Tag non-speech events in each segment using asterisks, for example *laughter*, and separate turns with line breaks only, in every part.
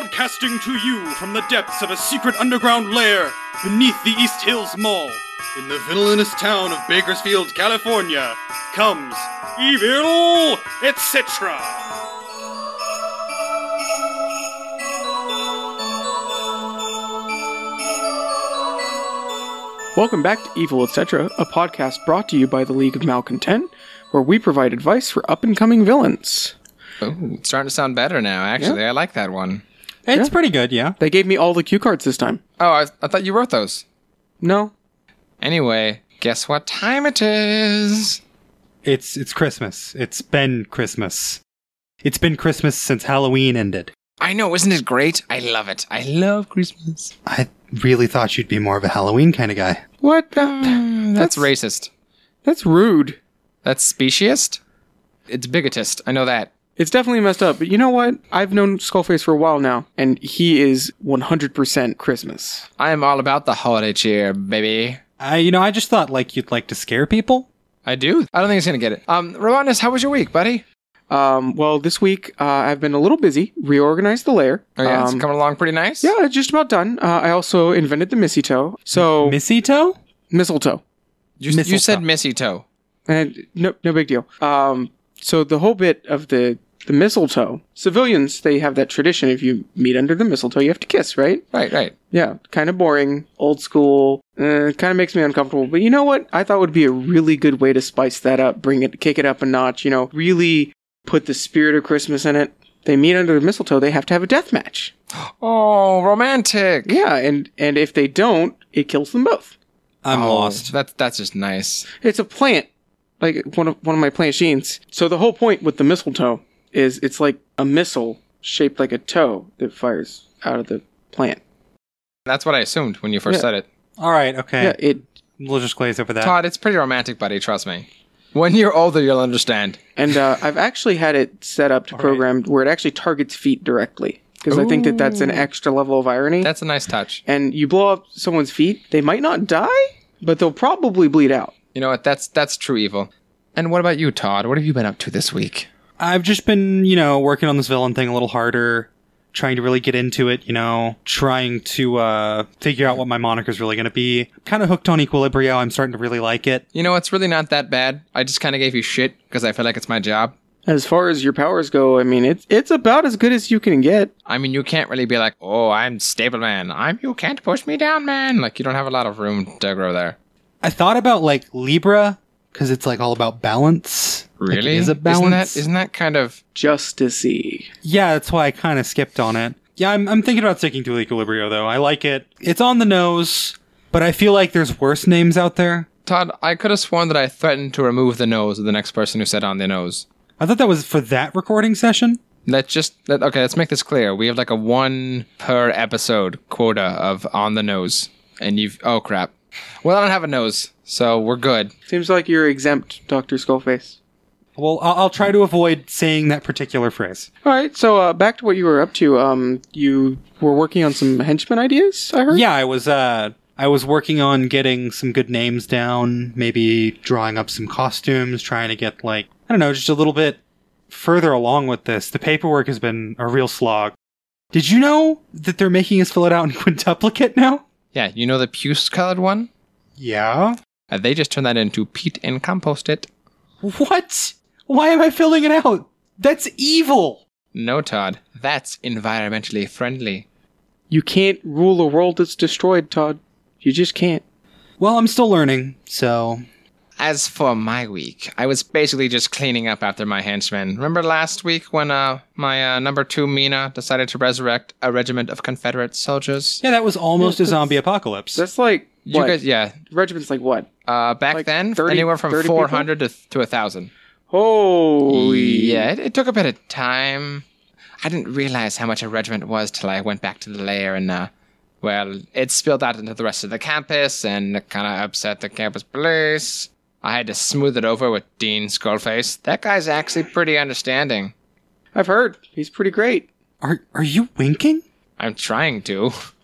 Broadcasting to you from the depths of a secret underground lair beneath the East Hills Mall, in the villainous town of Bakersfield, California, comes Evil Etc.
Welcome back to Evil Etc., a podcast brought to you by the League of Malcontent, where we provide advice for up and coming villains.
Oh, it's starting to sound better now, actually. I like that one.
It's pretty good, yeah.
They gave me all the cue cards this time.
Oh, I, I thought you wrote those.
No.
Anyway, guess what time it is?
It's it's Christmas. It's been Christmas. It's been Christmas since Halloween ended.
I know, isn't it great? I love it. I love Christmas.
I really thought you'd be more of a Halloween kind of guy.
What? the-
Ah, That's, racist.
That's rude.
That's speciest. It's bigotist. I know that.
It's definitely messed up, but you know what? I've known Skullface for a while now, and he is 100% Christmas.
I am all about the holiday cheer, baby.
I you know, I just thought like you'd like to scare people.
I do. I don't think he's gonna get it. Um, Rolandus, how was your week, buddy?
Um, well, this week uh, I've been a little busy, reorganized the lair.
Oh yeah,
Um,
it's coming along pretty nice.
yeah, it's just about done. Uh, I also invented the mistletoe. So,
Missito?
mistletoe.
You, you said
Mistletoe.
mistletoe.
and no, no big deal. Um, so the whole bit of the the mistletoe, civilians they have that tradition. If you meet under the mistletoe, you have to kiss, right?
Right, right.
Yeah, kind of boring, old school. Uh, kind of makes me uncomfortable. But you know what? I thought would be a really good way to spice that up, bring it, kick it up a notch. You know, really put the spirit of Christmas in it. They meet under the mistletoe. They have to have a death match.
Oh, romantic.
Yeah, and and if they don't, it kills them both.
I'm
Oh,
lost.
That's that's just nice.
It's a plant, like one of one of my plant sheens. So the whole point with the mistletoe is it's like a missile shaped like a toe that fires out of the plant.
That's what I assumed when you first
Yeah.
said it.
All right, okay.
Yeah, it
We'll just glaze over that.
Todd, it's pretty romantic, buddy. Trust me. When you're older, you'll understand.
and uh, I've actually had it set up to
All right.
program where it actually targets feet directly because I think that that's an extra level of irony.
That's a nice touch.
and you blow up someone's feet, they might not die, but they'll probably bleed out.
You know what? That's that's true evil. And what about you, Todd? What have you been up to this week?
I've just been, you know, working on this villain thing a little harder, trying to really get into it, you know, trying to uh figure out what my moniker's really going to be. Kind of hooked on Equilibrio. I'm starting to really like it.
You know, it's really not that bad. I just kind of gave you shit because I feel like it's my job.
As far as your powers go, I mean, it's it's about as good as you can get.
I mean, you can't really be like, "Oh, I'm stable man. I'm you can't push me down, man." Like you don't have a lot of room to grow there.
I thought about like Libra cuz it's like all about balance. Like, it
Really?
is a
Isn't
balance.
that isn't that kind of
Justicey.
Yeah, that's why I kind of skipped on it. Yeah, I'm, I'm thinking about sticking to Equilibrio, though. I like it. It's on the nose, but I feel like there's worse names out there.
Todd? I could have sworn that I threatened to remove the nose of the next person who said on the nose.
I thought that was for that recording session.
Let's just let, okay. Let's make this clear. We have like a one per episode quota of on the nose, and you've oh crap. Well, I don't have a nose, so we're good.
Seems like you're exempt, Doctor Skullface.
Well, I'll, I'll try to avoid saying that particular phrase.
All right, so uh, back to what you were up to. Um, you were working on some henchman ideas, I heard.
Yeah, I was uh, I was working on getting some good names down, maybe drawing up some costumes, trying to get like I don't know, just a little bit further along with this. The paperwork has been a real slog. Did you know that they're making us fill it out in *laughs* quintuplicate now?
Yeah, you know the puce-colored one.
Yeah.
Uh, they just turn that into peat and compost it.
What? Why am I filling it out? That's evil.
No, Todd, that's environmentally friendly.
You can't rule a world that's destroyed, Todd. You just can't.
Well, I'm still learning, so
As for my week, I was basically just cleaning up after my henchmen. Remember last week when uh, my uh, number two Mina decided to resurrect a regiment of Confederate soldiers?
yeah, that was almost
Yeah,
a
that's-
zombie apocalypse.
That's like
You
what?
guys, yeah.
Regiment's like what?
Uh, back
Like
then,
30
anywhere from
30 people?
400 to, to 1,000.
Holy.
Yeah, it, it took a bit of time. I didn't realize how much a regiment was till I went back to the lair and, uh, well, it spilled out into the rest of the campus and kind of upset the campus police. I had to smooth it over with Dean Skullface. That guy's actually pretty understanding.
I've heard he's pretty great.
are are you winking?
I'm trying to. *laughs*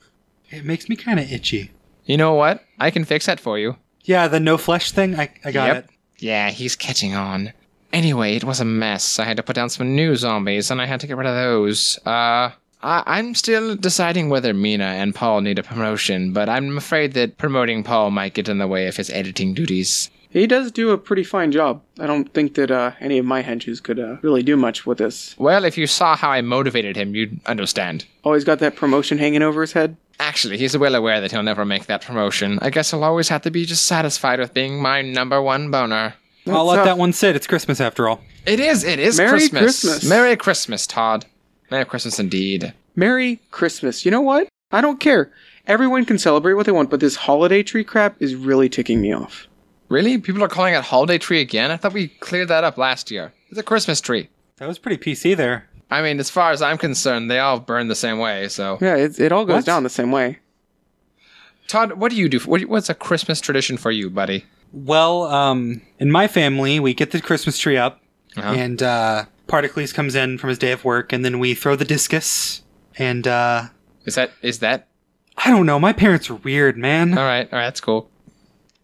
It makes me kind of itchy.
You know what? I can fix that for you.
Yeah, the no flesh thing. I I got it.
Yeah, he's catching on. Anyway, it was a mess. I had to put down some new zombies, and I had to get rid of those. Uh, I, I'm still deciding whether Mina and Paul need a promotion, but I'm afraid that promoting Paul might get in the way of his editing duties.
He does do a pretty fine job. I don't think that uh, any of my henchers could uh, really do much with this.
Well, if you saw how I motivated him, you'd understand.
Always got that promotion hanging over his head.
Actually, he's well aware that he'll never make that promotion. I guess he'll always have to be just satisfied with being my number one boner.
That's
I'll let
tough.
that one sit. It's Christmas after all.
It is, it is
Merry
Christmas.
Christmas.
Merry Christmas, Todd. Merry Christmas indeed.
Merry Christmas. You know what? I don't care. Everyone can celebrate what they want, but this holiday tree crap is really ticking me off.
Really? People are calling it holiday tree again? I thought we cleared that up last year. It's a Christmas tree.
That was pretty PC there.
I mean, as far as I'm concerned, they all burn the same way, so.
Yeah, it, it all goes
What?
down the same way.
Todd, what do you do? What, what's a Christmas tradition for you, buddy?
Well, um, in my family, we get the Christmas tree up,
Uh-huh.
and uh, Particles comes in from his day of work, and then we throw the discus. And uh,
Is that is that
I don't know. My parents are weird, man.
all right? All right, that's cool.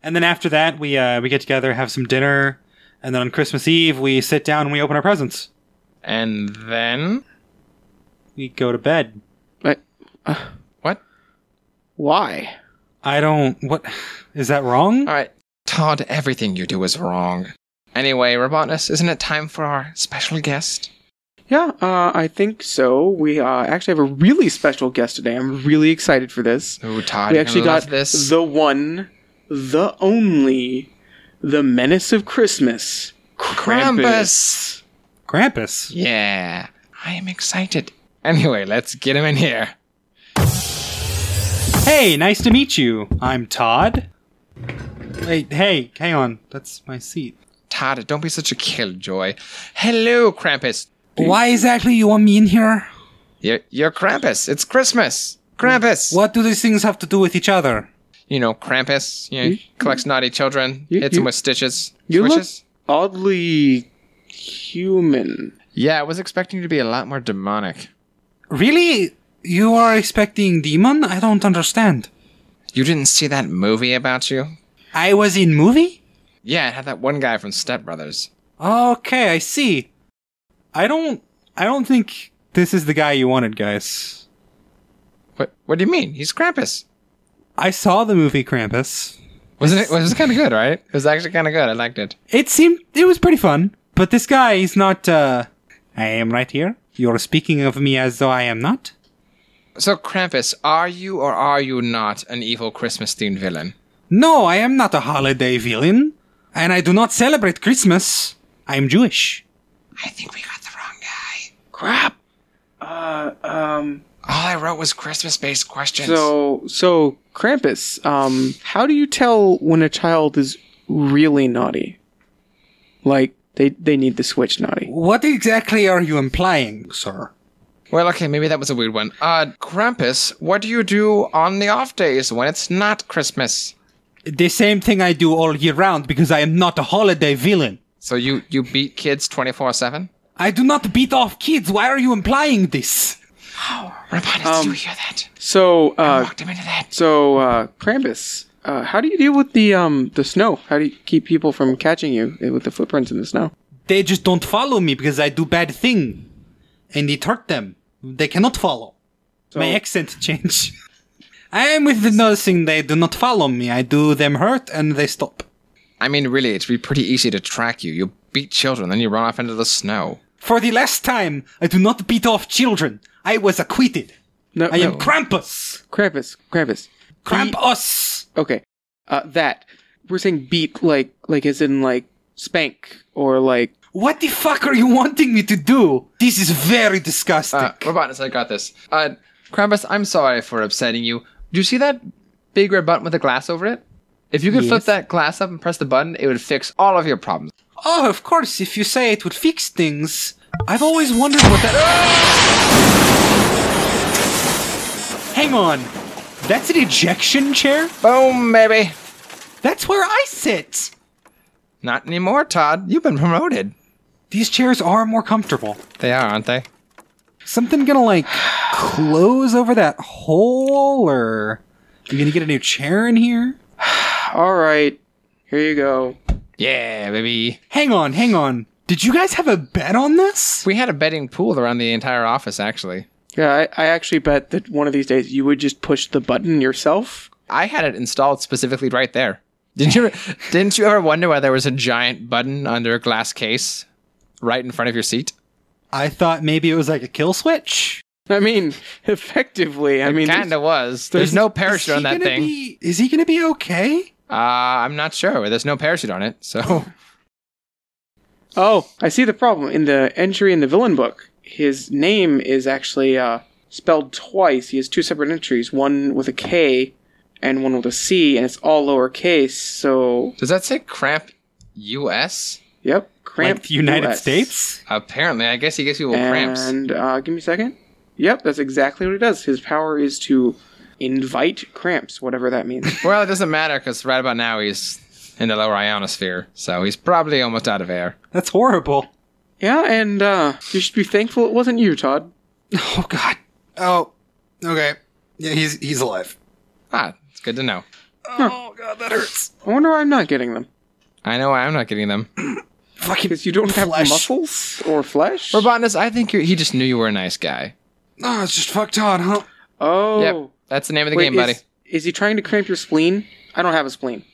And then after that, we uh, we get together, have some dinner, and then on Christmas Eve, we sit down and we open our presents.
And then
We go to bed.
But
what?
why?
I don't. What is that wrong?
All right, Todd, everything you do is wrong. Anyway, Robotness, isn't it time for our special guest?
Yeah, uh, I think so. We uh, actually have a really special guest today. I'm really excited for this.
Ooh, Todd,
we
you're
actually
gonna love
got
this.
the one, the only, the menace of Christmas, Krampus.
Krampus.
Grampus.
Yeah, I am excited. Anyway, let's get him in here.
Hey, nice to meet you. I'm Todd. Wait, hey, hang on. That's my seat.
Todd, don't be such a killjoy. Hello, Krampus.
Why exactly you want me in here?
You're, you're Krampus. It's Christmas. Krampus.
What do these things have to do with each other?
You know, Krampus. You know, collects naughty children,
you-
hits them
you-
with stitches.
You look
swishes.
oddly human.
Yeah, I was expecting you to be a lot more demonic.
Really? You are expecting demon? I don't understand.
You didn't see that movie about you?
I was in movie?
Yeah, it had that one guy from Step Brothers.
Okay, I see. I don't I don't think this is the guy you wanted, guys.
What What do you mean? He's Krampus.
I saw the movie Krampus.
Wasn't it? Was kind of good, right? It was actually kind of good. I liked it.
It seemed it was pretty fun, but this guy is not uh I am right here. You're speaking of me as though I am not?
So, Krampus, are you or are you not an evil Christmas-themed villain?
No, I am not a holiday villain, and I do not celebrate Christmas. I am Jewish.
I think we got the wrong guy.
Crap. Uh, um.
All I wrote was Christmas-based questions.
So, so Krampus. Um, how do you tell when a child is really naughty? Like they they need the switch naughty.
What exactly are you implying, sir?
well, okay, maybe that was a weird one. Uh, Krampus, what do you do on the off days when it's not Christmas?
The same thing I do all year round because I am not a holiday villain.
So you you beat kids twenty four seven.
I do not beat off kids. Why are you implying this?
Robotics, do you hear that?
So, uh,
Walked him into that.
so uh, Krampus. Uh, how do you deal with the um the snow? How do you keep people from catching you eh, with the footprints in the snow?
They just don't follow me because I do bad thing, and it hurt them. They cannot follow. My accent change. *laughs* I am with the nursing. They do not follow me. I do them hurt, and they stop.
I mean, really, it'd be pretty easy to track you. You beat children, then you run off into the snow.
For the last time, I do not beat off children. I was acquitted.
No,
I am
no.
Krampus.
Krampus. Krampus.
Krampus.
Okay, uh, that we're saying beat like like as in like spank or like
What the fuck are you wanting me to do? This is very disgusting.
Uh, Robotics, I got this. Uh, Krampus, I'm sorry for upsetting you. Do you see that big red button with the glass over it? If you could flip that glass up and press the button, it would fix all of your problems.
oh, of course, if you say it would fix things. I've always wondered what that. Hang on. That's an ejection chair?
Boom, baby.
That's where I sit.
Not anymore, Todd. You've been promoted.
These chairs are more comfortable.
They are, aren't they?
Something gonna like close over that hole or. You gonna get a new chair in here?
all right, here you go.
Yeah, baby.
Hang on, hang on. Did you guys have a bet on this?
We had a betting pool around the entire office, actually.
Yeah, I, I actually bet that one of these days you would just push the button yourself.
I had it installed specifically right there. Didn't you? didn't you ever wonder why there was a giant button under a glass case right in front of your seat?
I thought maybe it was like a kill switch.
I mean, *laughs* effectively. I mean,
kind of was. There's,
Is-
no
is
parachute
he
on that
gonna
thing.
be- is he going to be okay?
Uh, I'm not sure. There's no parachute on it, so
Oh, I see the problem. In the entry in the villain book, his name is actually uh, spelled twice. He has two separate entries, one with a K and one with a C, and it's all lowercase. So,
does that say cramp U.S.?
yep. Cramp
like the United
US.
States?
Apparently, I guess he gives people cramps.
And uh, give me a second. Yep, that's exactly what it does. His power is to invite cramps, whatever that
*laughs*
means.
Well, it doesn't matter because right about now he's in the lower ionosphere, so he's probably almost out of air.
That's horrible.
yeah, and uh, you should be thankful it wasn't you, Todd.
Oh god.
Oh, okay. Yeah, he's he's alive.
Ah, it's good to know.
Oh god, that hurts.
I wonder why I'm not getting them.
I know I'm not getting them.
Fucking
Because you don't have
Flesh.
muscles or flesh?
Robotinus, I think you're, he just knew you were a nice guy.
oh, it's just fuck Todd, huh?
oh.
Yep, that's the name of the
Wait,
game, buddy.
Is, is he trying to cramp your spleen? I don't have a spleen.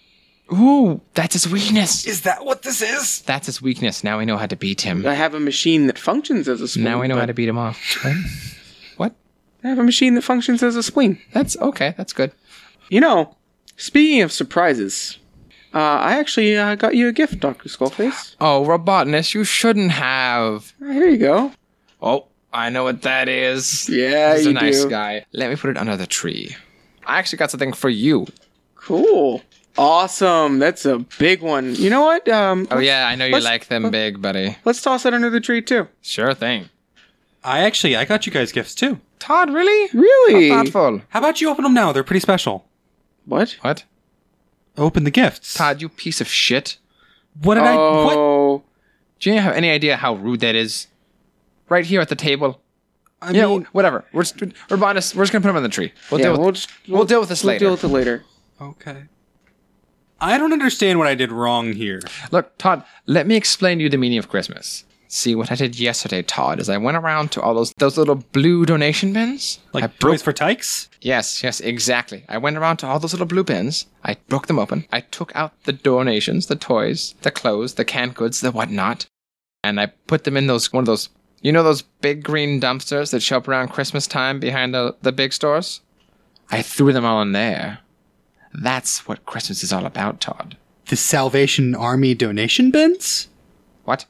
Ooh, that's his weakness.
Is that what this is?
That's his weakness. Now we know how to beat him.
I have a machine that functions as a spleen.
Now we know how
but
to beat him off. Right? what?
I have a machine that functions as a spleen.
That's okay. That's good.
You know, speaking of surprises, uh, I actually uh, got you a gift, Dr. Skullface.
Oh, Robotinus, you shouldn't have.
Uh, Here you go.
Oh, I know what that is.
Yeah,
He's
you
a nice
do.
guy. Let me put it under the tree. I actually got something for you.
Cool. Awesome. That's a big one. You know what? Um,
Oh yeah, I know you
let's-
like them big, buddy.
Let's toss it under the tree, too.
Sure thing.
I actually I got you guys gifts too.
Todd, really?
Really?
How thoughtful.
How about you open them now? They're pretty special.
What?
What?
Open the gifts.
Todd, you piece of shit.
What did I what
oh.
Do you have any idea how rude that is? Right here at the table.
I
yeah,
mean
whatever. We're just, we're, honest, we're just gonna put him on the tree. We'll
yeah,
deal with
we'll, just,
we'll deal with this
we'll
later.
deal with it later.
Okay. I don't understand what I did wrong here.
Look, Todd, let me explain to you the meaning of Christmas. See what I did yesterday, Todd, is I went around to all those those little blue donation bins.
Like
I
Toys for Tykes?
Yes, yes, exactly. I went around to all those little blue bins. I broke them open. I took out the donations, the toys, the clothes, the canned goods, the whatnot, and I put them in those one of those you know those big green dumpsters that show up around Christmas time behind the, the big stores? I threw them all in there. That's what Christmas is all about, Todd.
The Salvation Army donation bins?
What?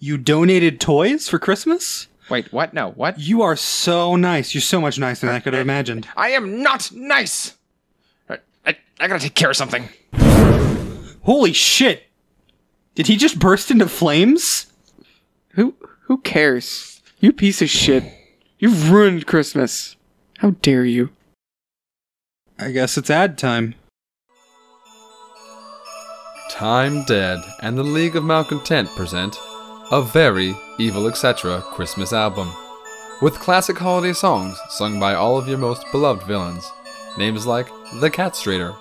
You donated toys for Christmas?
Wait, what? No, what?
You are so nice. You're so much nicer than I could have imagined.
I am not nice. I, I, I gotta take care of something.
Holy shit! Did he just burst into flames?
Who who cares? You piece of shit. You've ruined Christmas. How dare you?
I guess it's ad time.
Time Dead and the League of Malcontent present a very evil etc. Christmas album with classic holiday songs sung by all of your most beloved villains. Names like The Cat Strader,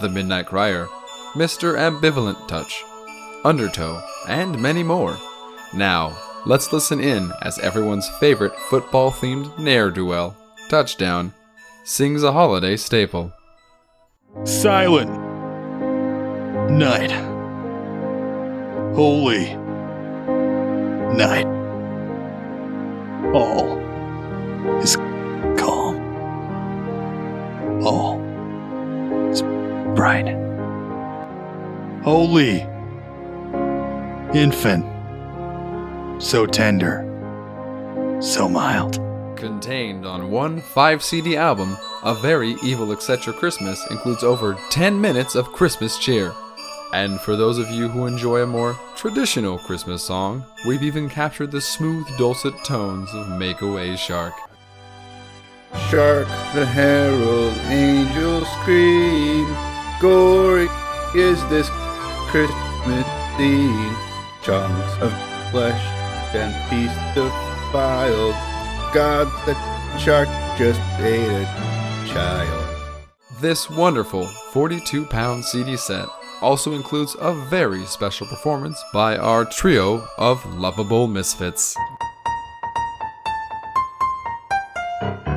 The Midnight Crier, Mr. Ambivalent Touch, Undertow, and many more. Now, let's listen in as everyone's favorite football themed ne'er do well, Touchdown, sings a holiday staple.
Silent night. Holy night. All is calm. All is bright. Holy infant. So tender. So mild.
Contained on one 5 CD album, A Very Evil Etc. Christmas includes over 10 minutes of Christmas cheer. And for those of you who enjoy a more traditional Christmas song, we've even captured the smooth, dulcet tones of Make Away Shark.
Shark the herald angels scream. Gory is this Christmas scene. Chunks of flesh and feast defiled. God the shark just ate a child.
This wonderful 42 pound CD set also includes a very special performance by our trio of lovable misfits.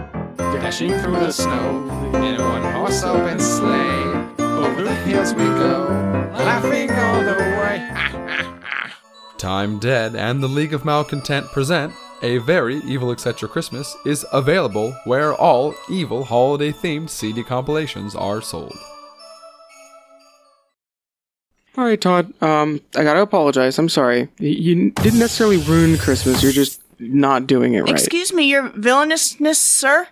dashing through the snow in a one horse open sleigh. Over the hills we go, laughing all the way.
Time Dead and the League of Malcontent present A Very Evil Etc. Christmas is available where all evil holiday themed CD compilations are sold.
All right, Todd. Um, I gotta apologize. I'm sorry. Y- You didn't necessarily ruin Christmas. You're just not doing it right.
Excuse me, your villainousness, sir?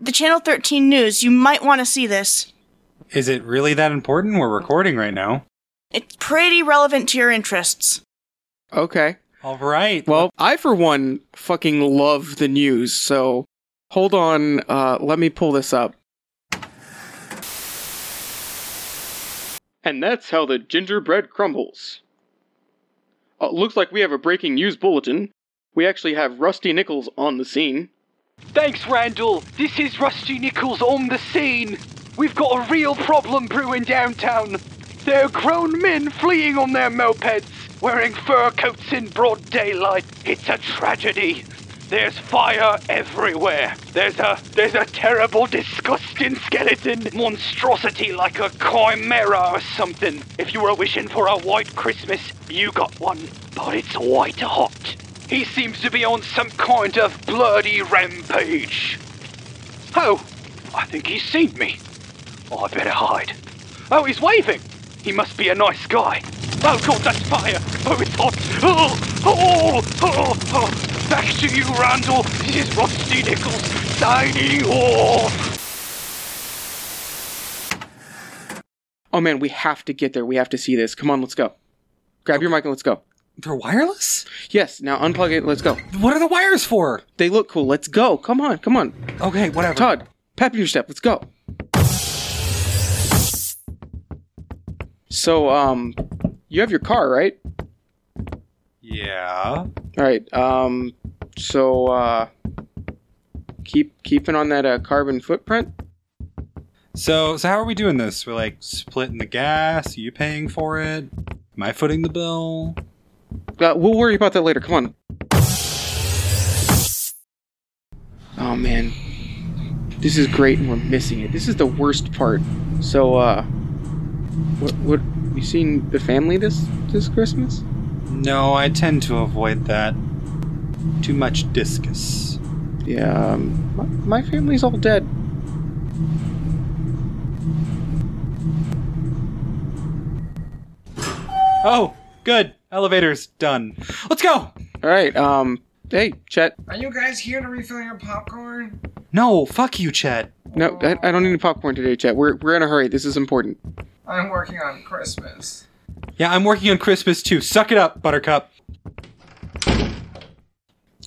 The Channel 13 News, you might want to see this.
Is it really that important? We're recording right now.
It's pretty relevant to your interests.
okay.
All right.
Well, I for one fucking love the news. So hold on. Uh, let me pull this up. And that's how the gingerbread crumbles. Uh, looks like we have a breaking news bulletin. We actually have Rusty Nichols on the scene.
Thanks, Randall. This is Rusty Nichols on the scene. We've got a real problem brewing downtown. There are grown men fleeing on their mopeds, wearing fur coats in broad daylight. It's a tragedy. There's fire everywhere. There's a there's a terrible, disgusting skeleton monstrosity like a chimera or something. If you were wishing for a white Christmas, you got one. But it's white hot. He seems to be on some kind of bloody rampage. Oh, I think he's seen me. I better hide. Oh, he's waving. He must be a nice guy. Oh god, that's fire. Oh, it's hot. Oh, oh, oh, oh. Back to you, Randall. This is Rusty Nichols signing off.
Oh man, we have to get there. We have to see this. Come on, let's go. Grab your mic and let's go.
They're wireless?
Yes, now unplug it. Let's go.
What are the wires for?
They look cool. Let's go. Come on, come on.
Okay, whatever.
Todd, pep in your step. Let's go. So, um, you have your car, right?
Yeah.
All right. Um, so, uh, keep keeping on that uh, carbon footprint.
So, so how are we doing this? We're like splitting the gas. Are you paying for it? Am I footing the bill?
Uh, we'll worry about that later. Come on. Oh man, this is great, and we're missing it. This is the worst part. So, uh, what? What? You seen the family this this Christmas?
No, I tend to avoid that. Too much discus.
Yeah, um, my, my family's all dead.
Oh, good. Elevator's done. Let's go.
All right. Um. Hey, Chet.
Are you guys here to refill your popcorn?
No, fuck you, Chet.
No, I, I don't need any popcorn today, Chet. We're we're in a hurry. This is important.
I'm working on Christmas.
Yeah, I'm working on Christmas too. Suck it up, Buttercup.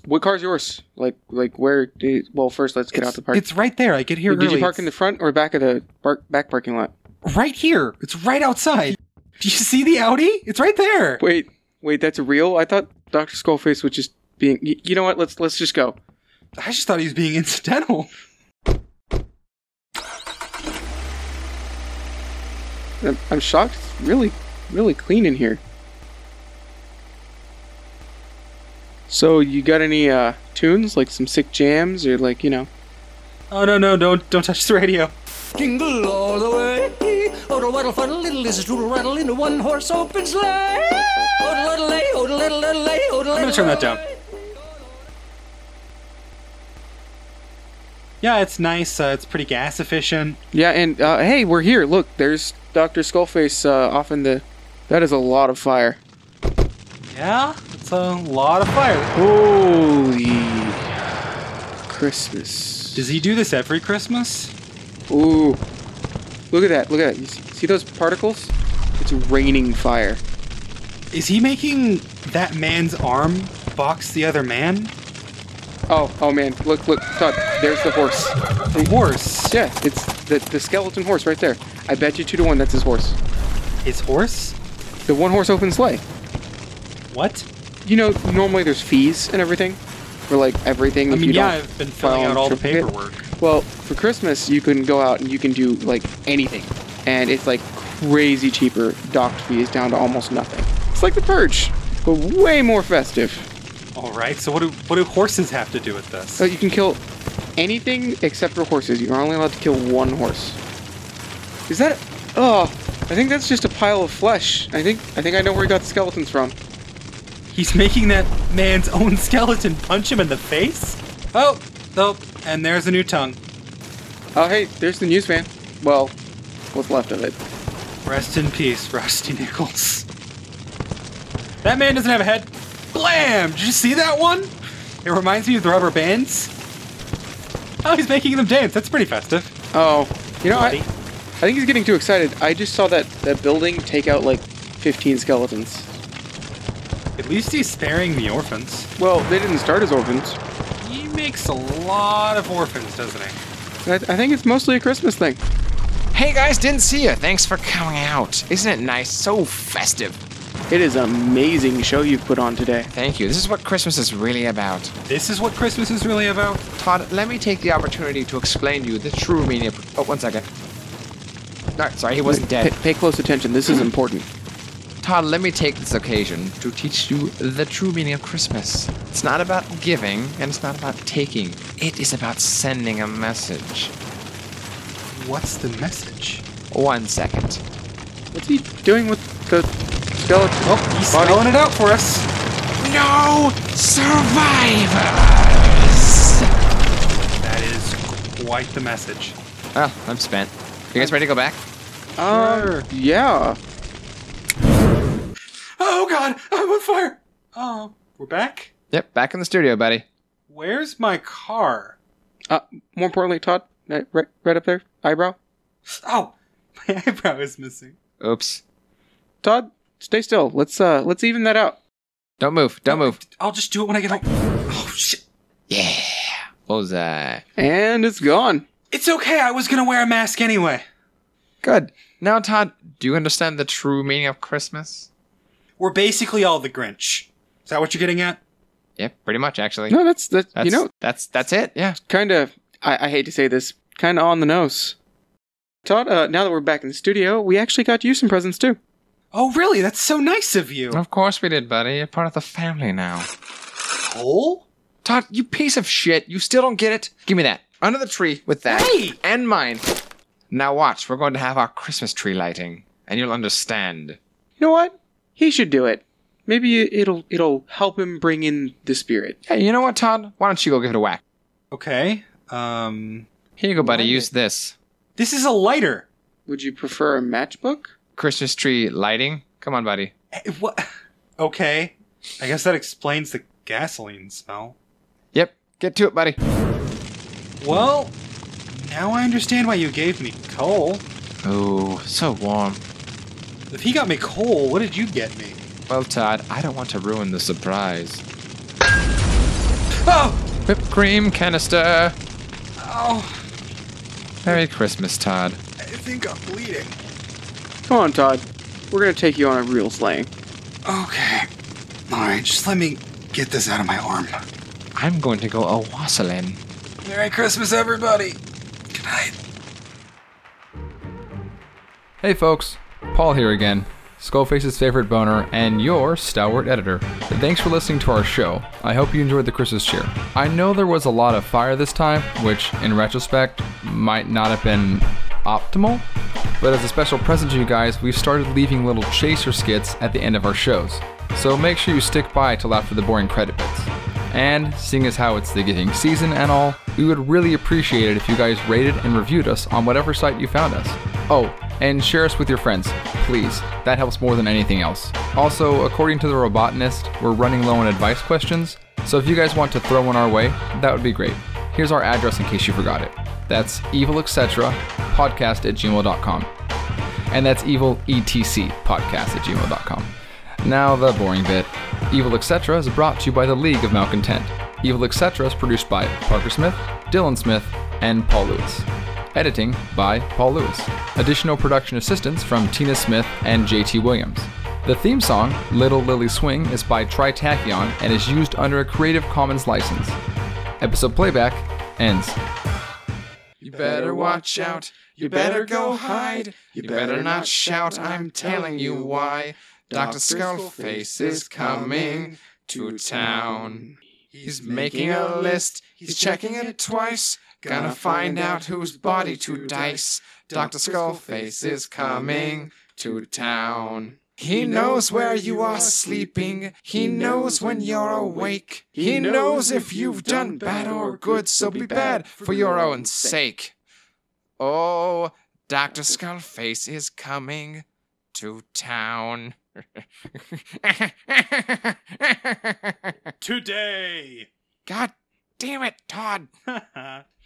What car's yours? Like like where? Do you- well, first let's get
it's,
out the park.
It's right there. I get here
Did
early.
you park in the front or back of the park, back parking lot?
It's right here. It's right outside. Do you see the Audi? It's right there.
Wait, wait, that's real. I thought Doctor Skullface was just being. y- You know what? Let's let's just go.
I just thought he was being incidental.
I'm, I'm shocked. It's really, really clean in here. So you got any uh, tunes like some sick jams or like you know?
Oh no no don't don't touch the radio.
Jingle all the way. Oddle waddle fuddle, little is a doodle rattle in a one horse open sleigh. Oddle waddle lay, oddle little little lay, oddle
I'm gonna turn that down. Yeah, it's nice. Uh, it's pretty gas efficient.
Yeah, and uh, hey, we're here. Look, there's Doctor Skullface uh, off in the. That is a lot of fire.
Yeah, it's a lot of fire.
Holy Christmas!
Does he do this every Christmas?
Ooh, look at that! Look at that! You s- see those particles? It's raining fire.
Is he making that man's arm box the other man?
Oh, oh man! Look, look, Todd. There's the horse.
The horse.
Yeah, it's the the skeleton horse right there. I bet you two to one that's his horse.
His horse?
The one horse open sleigh.
What?
You know, normally there's fees and everything for like everything.
I
if
mean,
you
yeah,
don't
I've been filling
file
out all the
trip-
paperwork.
Well, for Christmas, you can go out and you can do like anything, and it's like crazy cheaper. Docked fees down to almost nothing. It's like the purge, but way more festive.
All right. So what do what do horses have to do with this?
So you can kill anything except for horses. You're only allowed to kill one horse. Is that? Oh, I think that's just a pile of flesh. I think I think I know where he got the skeletons from.
He's making that man's own *laughs* skeleton punch him in the face? Oh, oh, and there's a new tongue.
Oh, hey, there's the news van. Well, what's left of it.
Rest in peace, Rusty Nichols. That man doesn't have a head. Blam! Did you see that one? It reminds me of the rubber bands. Oh, he's making them dance. That's pretty festive.
Oh, you know, I,
Bloody.
I think he's getting too excited. I just saw that that building take out like 15 skeletons.
At least he's sparing the orphans.
Well, they didn't start as orphans.
He makes a lot of orphans, doesn't he?
I, I think it's mostly a Christmas thing.
Hey guys, didn't see you. Thanks for coming out. Isn't it nice? So festive.
It is amazing show you've put on today.
Thank you. This is what Christmas is really about.
This is what Christmas is really about?
Todd, let me take the opportunity to explain to you the true meaning of. Oh, one second. No, sorry, he wasn't
Pa-
dead.
pay close attention. This *clears throat* is important.
Todd, let me take this occasion to teach you the true meaning of Christmas. It's not about giving, and it's not about taking. It is about sending a message.
What's the message?
One second.
What's he doing with the skeleton?
Oh, he's spelling it out for us.
No survivors!
That is quite the message.
Oh, I'm spent. You guys ready to go back?
Uh, yeah.
Oh god, I'm on fire! Oh, we're back?
Yep, back in the studio, buddy.
Where's my car?
Uh, more importantly, Todd, uh, right, right up there, eyebrow.
Oh, *laughs* my eyebrow is missing.
Oops.
Todd, stay still. Let's uh, let's even that out.
Don't move. Don't move.
I'll just do it when I get home. Oh shit.
Yeah. What was that?
And it's gone.
It's okay, I was gonna wear a mask anyway.
Good. Now, Todd, do you understand the true meaning of Christmas?
We're basically all the Grinch. Is that what you're getting at?
Yep, pretty much, actually.
No, that's that.
That's,
You know,
that's that's it. Yeah.
kind of. I, I hate to say this, kind of on the nose. Todd, uh, now that we're back in the studio, we actually got you some presents too.
Oh really? That's so nice of you.
Of course we did, buddy. You're part of the family now.
Cole?
Todd, you piece of shit. You still don't get it? Give me that. Under the tree with that.
Hey!
And mine. Now watch, we're going to have our Christmas tree lighting, and you'll understand.
You know what? He should do it. Maybe it'll it'll help him bring in the spirit.
Hey, you know what, Todd? Why don't you go give it a whack?
Okay. Um
Here you go, buddy. Use this.
This is a lighter.
Would you prefer a matchbook?
Christmas tree lighting? Come on, buddy.
Eh, What *laughs* Okay. I guess that explains the gasoline smell.
Yep, get to it, buddy.
Well, now I understand why you gave me coal.
Oh, so warm.
If he got me coal, what did you get me?
Well, Todd, I don't want to ruin the surprise.
Oh!
Whipped cream canister.
Oh!
Merry Christmas, Todd.
I think I'm bleeding.
Come on, Todd. We're gonna take you on a real slaying.
Okay. Alright, just let me get this out of my arm.
I'm going to go a wassailing.
Merry Christmas, everybody! Good night.
Hey folks, Paul here again, Skullface's favorite boner and your stalwart editor. Thanks for listening to our show. I hope you enjoyed the Christmas cheer. I know there was a lot of fire this time, which in retrospect might not have been optimal, but as a special present to you guys, we've started leaving little chaser skits at the end of our shows. So make sure you stick by till after the boring credit bits. And seeing as how it's the giving season and all, we would really appreciate it if you guys rated and reviewed us on whatever site you found us. Oh, and share us with your friends, please. That helps more than anything else. Also, according to the Robotanist, we're running low on advice questions, so if you guys want to throw one our way, that would be great. Here's our address in case you forgot it. That's evil etc. podcast at gmail.com. And that's evil etc. podcast at gmail.com. Now the boring bit. Evil Etc. is brought to you by the League of Malcontent. Evil Etc. is produced by Parker Smith, Dylan Smith, and Paul Lewis. Editing by Paul Lewis. Additional production assistance from Tina Smith and JT Williams. The theme song, Little Lily Swing, is by Tritachyon and is used under a Creative Commons license. Episode playback ends. You better watch out. You better go hide. You better not shout. I'm telling you why. Dr. Skullface is coming to town. He's making a list. He's checking it twice.
Gonna find out whose body to dice. Dr. Skullface is coming to town. He knows where you are sleeping. He knows when you're awake. He knows if you've done bad or good, so be bad for your own sake. Oh, Dr. Skullface is coming to town. *laughs*
Today!
God damn it, Todd!